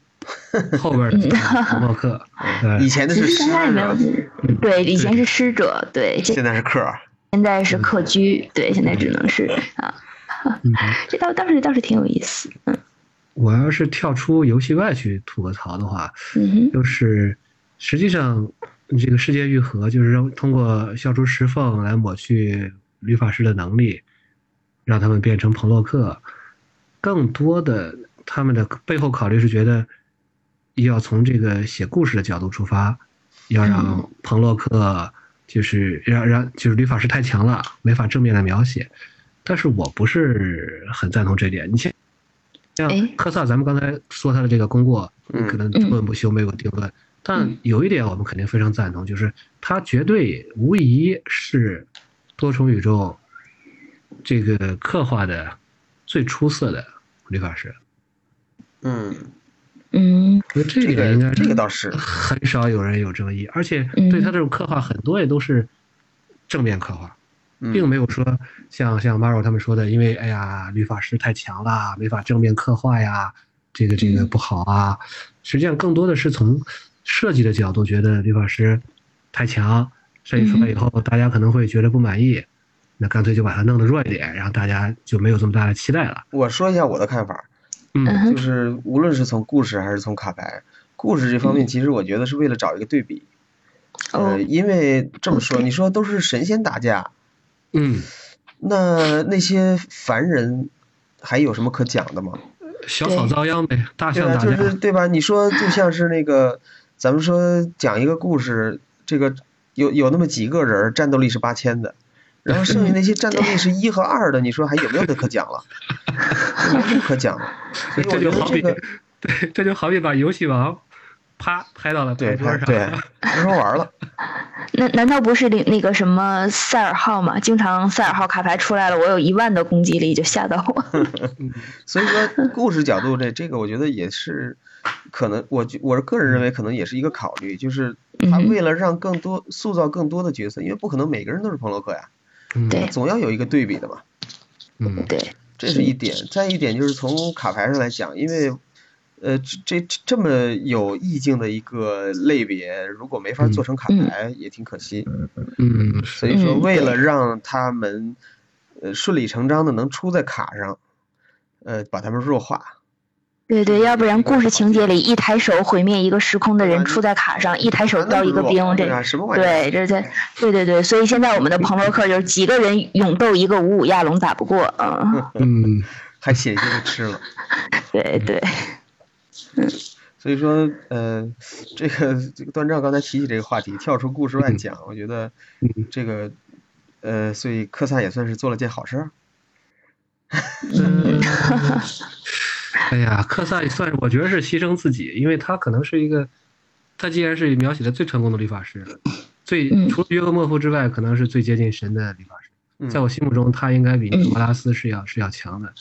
后边儿的叫
嗯
彭洛
(laughs)
克，呃
以，前的
其
是
实
师
现在没有
啊，，
嗯对，以前是师者，对，现
现在是克啊。
现嗯在是客居，对，现在只能是啊，
嗯
这倒倒是倒是挺有意思，嗯
我要是跳出游戏外去吐个槽的话，
嗯
就是实际上这个世界愈合就是让通过消除石缝来抹去吕法师的能力，让他们变成彭洛克。更多的他们的背后考虑是觉得，要从这个写故事的角度出发，要
嗯
让彭洛克就是让让就是吕法师太强了，没法正面的描写，但是我不是很赞同这点。你像像
哎
科萨，咱们刚才说他的这个功过，
嗯
可能论不修没有定论，但有一点我们肯定非常赞同，就是他绝对无疑是多重宇宙这个刻画的最出色的理发师。
嗯，
嗯
我觉得这
这
点
个
应该
这个
是
倒是，
很少有人有争议，而且
嗯
对他这种刻画，很多也都是正面刻画，
嗯
并没有说像像 Maro 他们说的，因为哎呀，律法师太强啦，没法正面刻画呀，这个这个
嗯
不好啊。实际上，更多的是从设计的角度，觉得律法师太强，设计出来以后，大家可能会觉得不满意，那干脆就把它弄得弱一点，然后大家就没有这么大的期待了。
我说一下我的看法，
嗯
嗯
哼
就是无论是从故事还是从卡牌，故事这方
嗯
面其实我觉得是为了找一个对比。
哦
呃，因为这么说，
OK
你说都是神仙打架，
嗯，
那那些凡人还有什么可讲的吗？
小草
对
遭殃呗，大
对
象
吧？
打
就
架。
是对吧？你说就像是那个，咱们说讲一个故事，这个有有那么几个人儿战斗力是八千的，然后剩下那些战斗力是一和二的，你说还有没有的可讲了？ (laughs) 没什么可讲了。所以
(laughs)
我
这
觉
就
得
好
这
比
个，
对，这就好比把游戏王啪拍到了
对
牌桌上，
对，没法玩了。
那难道不是那那个什么赛尔号吗？经常赛尔号卡牌出来了，我有一万的攻击力，就吓到 (laughs) 我。
嗯
所以说，故事角度这这个，我觉得也是可能，我觉我个人认为可能也是一个考虑，就是他
嗯
为了让更多塑造更多的角色，因为不可能每个人都是彭洛克呀，
(laughs) 嗯
对
总要有一个对比的嘛。
嗯
对，
这是一点。再一点就是从卡牌上来讲，因为呃，这这这么有意境的一个类别，如果没法做成卡牌，也挺可惜。
嗯，
所以说，
嗯
为了
对
让他们呃顺理成章的能出在卡上，呃，把他们弱化。
对对，要不然故事情节里一抬手毁灭一个时空的人出在卡上，一抬
(laughs)
手
哪
刀
那
一
么
个
弱
兵，这
对啊，什么玩意儿？
对这这对对对，所以现在我们的朋洛克就是几个人勇斗一个五五亚龙打不过，嗯，
嗯，
还写一个就吃了。
对对，
所以说，呃，这个这个段章刚才提起这个话题，跳出故事外讲，我觉得
嗯
这个，呃，所以科萨也算是做了件好事儿。
嗯 (laughs) 哎呀，科萨也算是我觉得是牺牲自己，因为他可能是一个，他既然是描写的最成功的理发师，最
嗯
除了约格莫夫之外，可能是最接近神的理发师。
嗯
在我心目中，他应该比尼可波拉斯是要是要强的。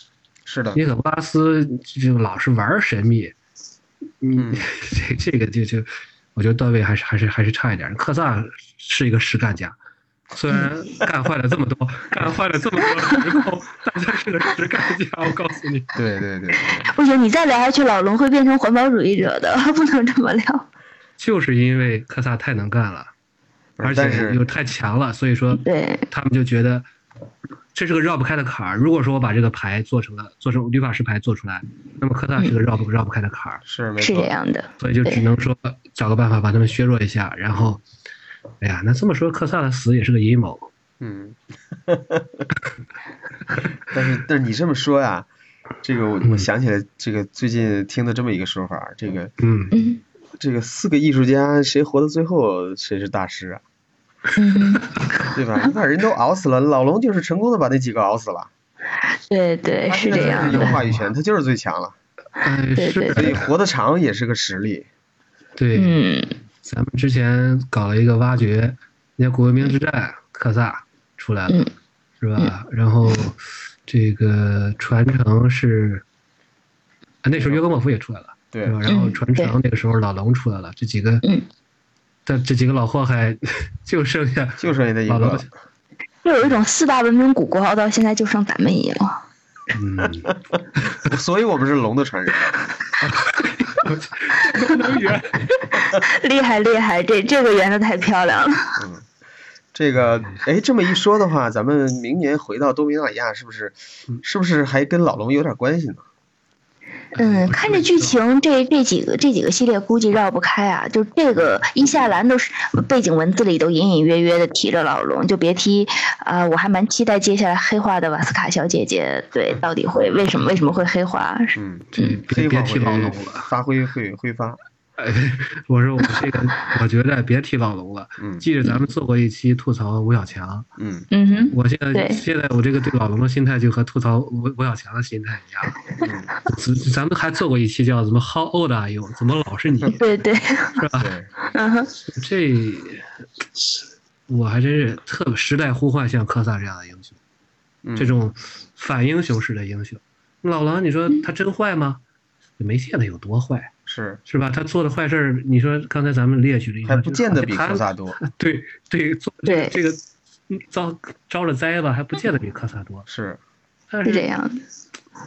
是的，
尼可波拉斯就老是玩神秘，
嗯，
这 (laughs) 这个就就，我觉得段位还是还是还是差一点。克萨是一个实干家，虽然干坏了这么多， (laughs) 干坏了这么多之后，但他是个实干家。我告诉你，
对对对，
不行，你再聊下去，老龙会变成环保主义者的， (laughs) 不能这么聊。
就是因为克萨太能干了，
不
(laughs)
是
而
但
且
是
又太强了，所以说
对，
他们就觉得这是个绕不开的坎儿。如果说我把这个牌做成了做成律法师牌做出来，那么科萨是个绕不绕不开的坎儿。
是没
是这
错，
样的，
所以就只能说找个办法把他们削弱一下，然后，哎呀，那这么说，克萨的死也是个阴谋。
嗯， (laughs) 但是但是你这么说呀，这个我我
嗯
想起来，这个最近听的这么一个说法，这个
嗯，
嗯
这个四个艺术家谁活到最后谁是大师啊，
嗯，
对吧？你把人都熬死了，老龙就是成功的把那几个熬死了，
对对
他
哎是
现在
这
就是
样
有
的，
话语权，他就是最强了，
哎，
对对
是
所以活得长也是个实力，
对，
嗯
咱们之前搞了一个挖掘，你看古文明之战，克萨出来了
嗯，
是吧？然后这个传承是，啊那时候约格莫夫也出来了，
对
对吧？然后
嗯
传承那个时候老龙出来了，这几个，
嗯，
但这几个老祸害 (laughs) 就剩下
就剩下那一
老
个
龙
了，，
就有一种四大文明古国熬到现在就剩咱们一
(laughs)
样。
嗯。
所以我们是龙的传人，
能源。
厉害厉害，这这个圆的太漂亮了。
这个，哎，这么一说的话，咱们明年回到多米纳里亚，是不是，
嗯
是不是还跟老龙有点关系呢？
嗯，看这剧情，这这几个这几个系列估计绕不开啊。就这个伊夏兰都是背景文字里都隐隐约约的提着老龙，就别提啊、我还蛮期待接下来黑化的瓦斯卡小姐姐，对，到底会为什么为什么会黑化？
嗯，
这别
黑化
别
会
提老龙了，
发挥会挥发，
哎，我说我这个，我觉得别提老龙了。
嗯
记着咱们做过一期吐槽吴小强，
嗯，
嗯哼，
我现在
对
现在我这个对老龙的心态就和吐槽吴吴小强的心态一样。
嗯
咱咱们还做过一期叫什么 “How old are you？” 怎么老是你？
对对，
是吧？ (laughs)
对，
嗯哼，
这我还真是特别时代呼唤像科萨这样的英雄，
嗯
这种反英雄式的英雄。老狼，你说他真坏吗？也没见得有多坏，
是
是吧？他做的坏事儿，你说刚才咱们列举了一下，
还不见得比
他
科萨多，
对对做这个这
对
个嗯遭招了灾吧，还不见得比科萨多。
是
但
是
是
这样的，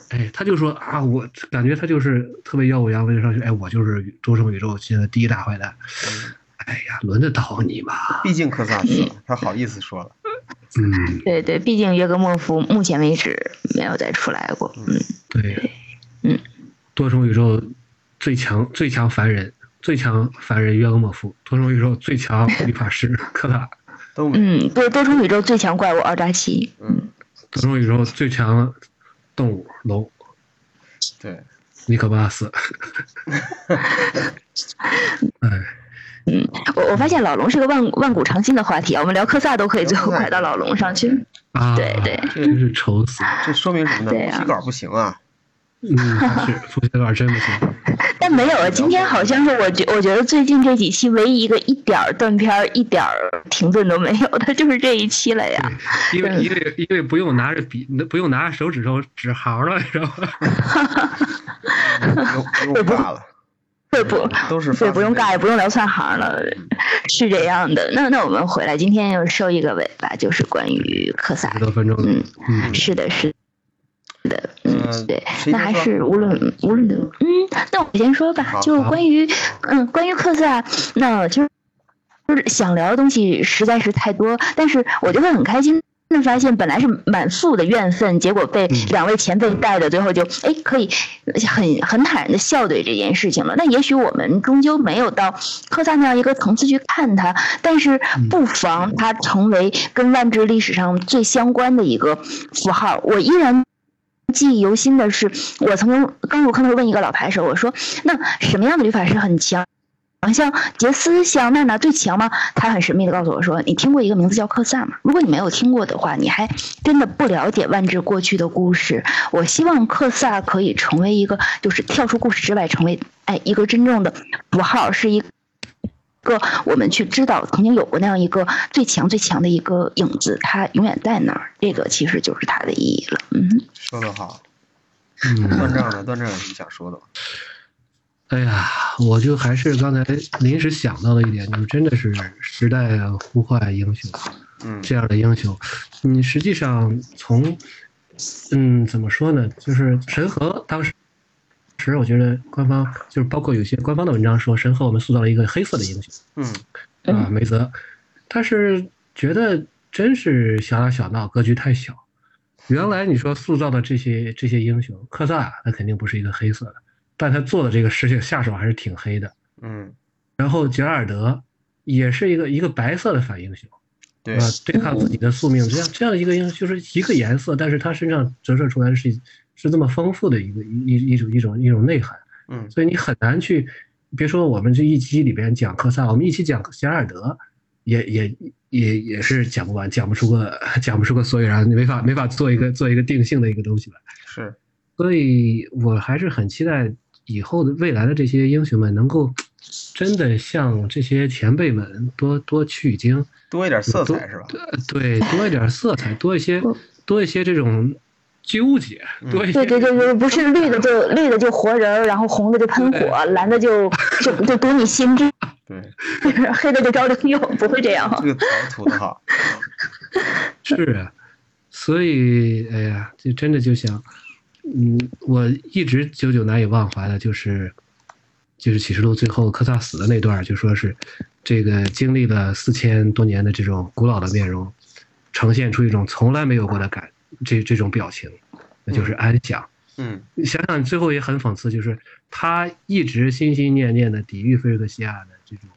哎，他就说啊，我感觉他就是特别耀武扬威地上去，哎，我就是独生宇宙现在第一大坏蛋。哎呀，轮得到你吗？
(laughs)
毕竟科萨死了，他好意思说了，
嗯，
对对，毕竟约格莫夫目前为止没有再出来过，嗯，
对，
嗯，
多重宇宙最强最强凡人，最强凡人约格莫夫，多重宇宙最
(laughs)
强理发师科塔，
都没
嗯，多多重宇宙最强怪物奥扎奇，
嗯，
多重宇宙最强动物龙
对，
尼可巴
(laughs)
斯。 (laughs) 哎，
我我发现老龙是个万万古长新的话题啊，我们聊科萨都可以最后拐到老龙上去，
啊，
对对
真是愁死了。
这说明什么呢？
对啊
补习稿不行啊，
(laughs)
嗯，还是复写稿真不行。
但没有啊，今天好像是我觉我觉得最近这几期唯一一个一点儿断片儿、一点儿停顿都没有的，就是这一期了呀。
因为
嗯
因为因为不用拿着笔，不用拿着手指头指行了，你知道
嗯
吗？
不用不用挂了，
对不？
都嗯是
对，
发
不用
自内
尬，也
心
不用聊算行了， (laughs) 是这样的。那那我们回来，今天又收一个尾巴，就是关于科萨
十。多分钟，
嗯，
嗯，
是的，是的，
嗯
嗯，对。
谁
那
先
还
说
是无论无论嗯，那我先说吧
好，
就是
好
关于嗯，关于克萨，那就是就是想聊的东西实在是太多，但是我就会很开心。的发现本来是满腹的怨愤，结果被
嗯
两位前辈带的，最后就哎可以很很坦然的笑对这件事情了。那也许我们终究没有到科萨那样一个层次去看它，但是不妨它成为跟万智历史上最相关的一个符号。我依然记忆犹新的是，我曾经刚入坑的时候问一个老牌手，我说：“那什么样的旅法师很强？”像杰斯、像娜娜最强吗？他很神秘的告诉我说：“你听过一个名字叫克萨吗？如果你没有听过的话，你还真的不了解万智过去的故事。我希望克萨可以成为一个，就是跳出故事之外，成为哎一个真正的符号，是一个我们去知道曾经有过那样一个最强最强的一个影子，它永远在那儿。这个其实就是它的意义了。嗯哼。
说的好，段
嗯，
丈呢？段丈有什么想说的吗？
哎呀，我就还是刚才临时想到的一点，就是真的是时代呼唤英雄
嗯
这样的英雄。你实际上从，嗯，怎么说呢？就是神和当时。其实我觉得官方就是包括有些官方的文章说神和我们塑造了一个黑色的英雄，
嗯
啊，梅泽，他是觉得真是小打小闹，格局太小。原来你说塑造的这些这些英雄，科萨他肯定不是一个黑色的，但他做的这个事情下手还是挺黑的。
嗯，
然后杰拉尔德也是一个一个白色的反英雄，
对
啊，对抗自己的宿命，这样这样一个英雄就是一个颜色，但是他身上折射出来的是是这么丰富的一个一一一种一种一种内涵。
嗯
所以你很难去，别说我们这一期里边讲科萨，我们一期讲杰拉尔德，也也也也是讲不完，讲不出个 (laughs) 讲不出个所以然，你没法没法做一个做一个定性的一个东西来。
是
所以我还是很期待以后的未来的这些英雄们能够真的像这些前辈们多多取经，
多一点色
多
彩是吧？
呃对，多一点色彩，多一些多一些这种纠结，多一些
对对对对，不
(laughs)
是绿的就绿的就活人儿，然后红的就喷火，蓝的
(laughs)
就就就堵你心智， (laughs)
对，
黑的就招灵佑，不会这样。
这个词吐的好，
是啊，所以哎呀，就真的就想，嗯，我一直久久难以忘怀的就是，就是启示录最后科萨死的那段儿，就说是这个经历了四千多年的这种古老的面容，呈现出一种从来没有过的感，这这种表情，那就是安详。
嗯
你想想，最后也很讽刺，就是他一直心心念念的抵御菲尔克西亚的这种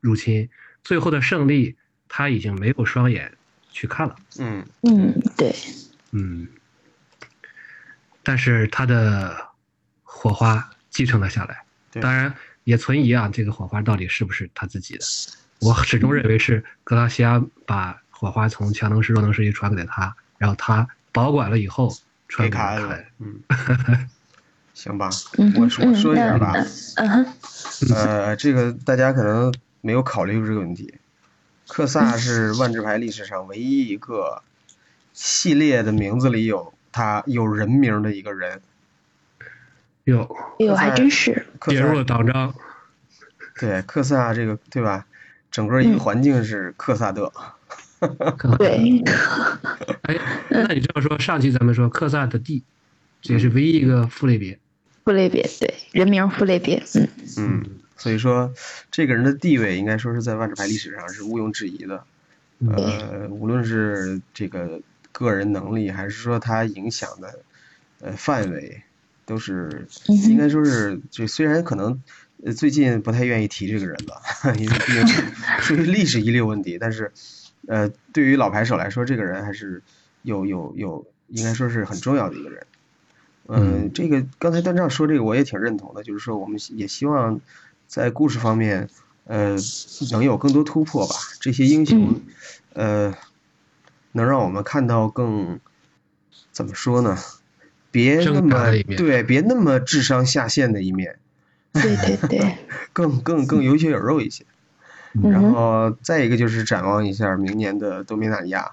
入侵，最后的胜利他已经没有双眼去看了。
嗯
嗯，对，
嗯，但是他的火花继承了下来。
对
当然，也存疑啊，这个火花到底是不是他自己的？我始终认为是格拉西亚把火花从强能师、弱能师一传给了他，然后他保管了以后传
给
给
卡
凯
恩
恩
了。，嗯，行吧，
嗯
我
哼
说我说一下吧，
嗯哼，
呃，这个大家可能没有考虑过这个问题。克萨是万智牌历史上唯一一个系列的名字里有他有人名的一个人。
哟，
哎呦，还真是，
克
跌入
萨
了党
(laughs)
章，
对克萨这个对吧？整个
嗯
一个环境是克萨德，
对，
(laughs)
嗯
(laughs)
哎，那你这么说，上期咱们说克萨的地，这也是唯一一个父类别，
父类别，对，人名父类别，
(laughs)
嗯，
嗯，所以说这个人的地位应该说是在万智牌历史上是毋庸置疑的。
嗯
呃，无论是这个个人能力，还是说他影响的呃范围，都是
嗯哼
应该说是这虽然可能呃最近不太愿意提这个人了， (laughs) 因为毕竟
(laughs)
是出于历史遗留问题，但是呃对于老牌手来说，这个人还是有有有应该说是很重要的一个人。嗯，这个刚才段丈说这个我也挺认同的，就是说我们也希望在故事方面，呃，能有更多突破吧。这些英雄，
嗯
呃，能让我们看到更怎么说呢？别那
挣扎
么
的一面
对，别那么智商下线的一面，
对对对，
更更
(laughs)
更有血有肉一些。
嗯
嗯然
哼，
后再一个就是展望一下明年的多米纳利亚，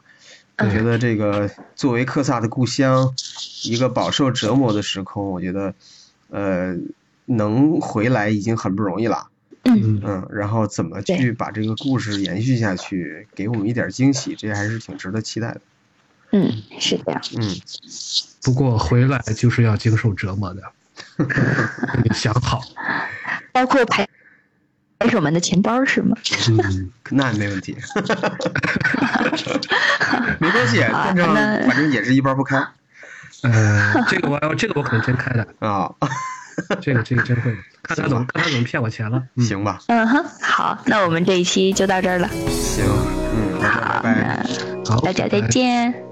我
嗯
觉得这个作为克萨的故乡，一个饱受折磨的时空，我觉得，呃，能回来已经很不容易了。
嗯
嗯，然后怎么去把这个故事延续下去，给我们一点惊喜，这还是挺值得期待的。
嗯，是这样，
嗯，
不过回来就是要经受折磨的，
(laughs)
你想好，
包括牌牌手们的钱包是吗？
嗯，
那没问题， (laughs) 没关系，
好
反正
那
反正也是一包不开啊、
呃，这个我要，这个我可能真开的，
啊
(laughs)
这个这个真会的，看他怎么看他怎么骗我钱了，嗯，
行吧，
嗯哼，好，那我们这一期就到这儿了，
行，嗯，那拜
好，
拜。
那
好，
大家再
拜拜
见。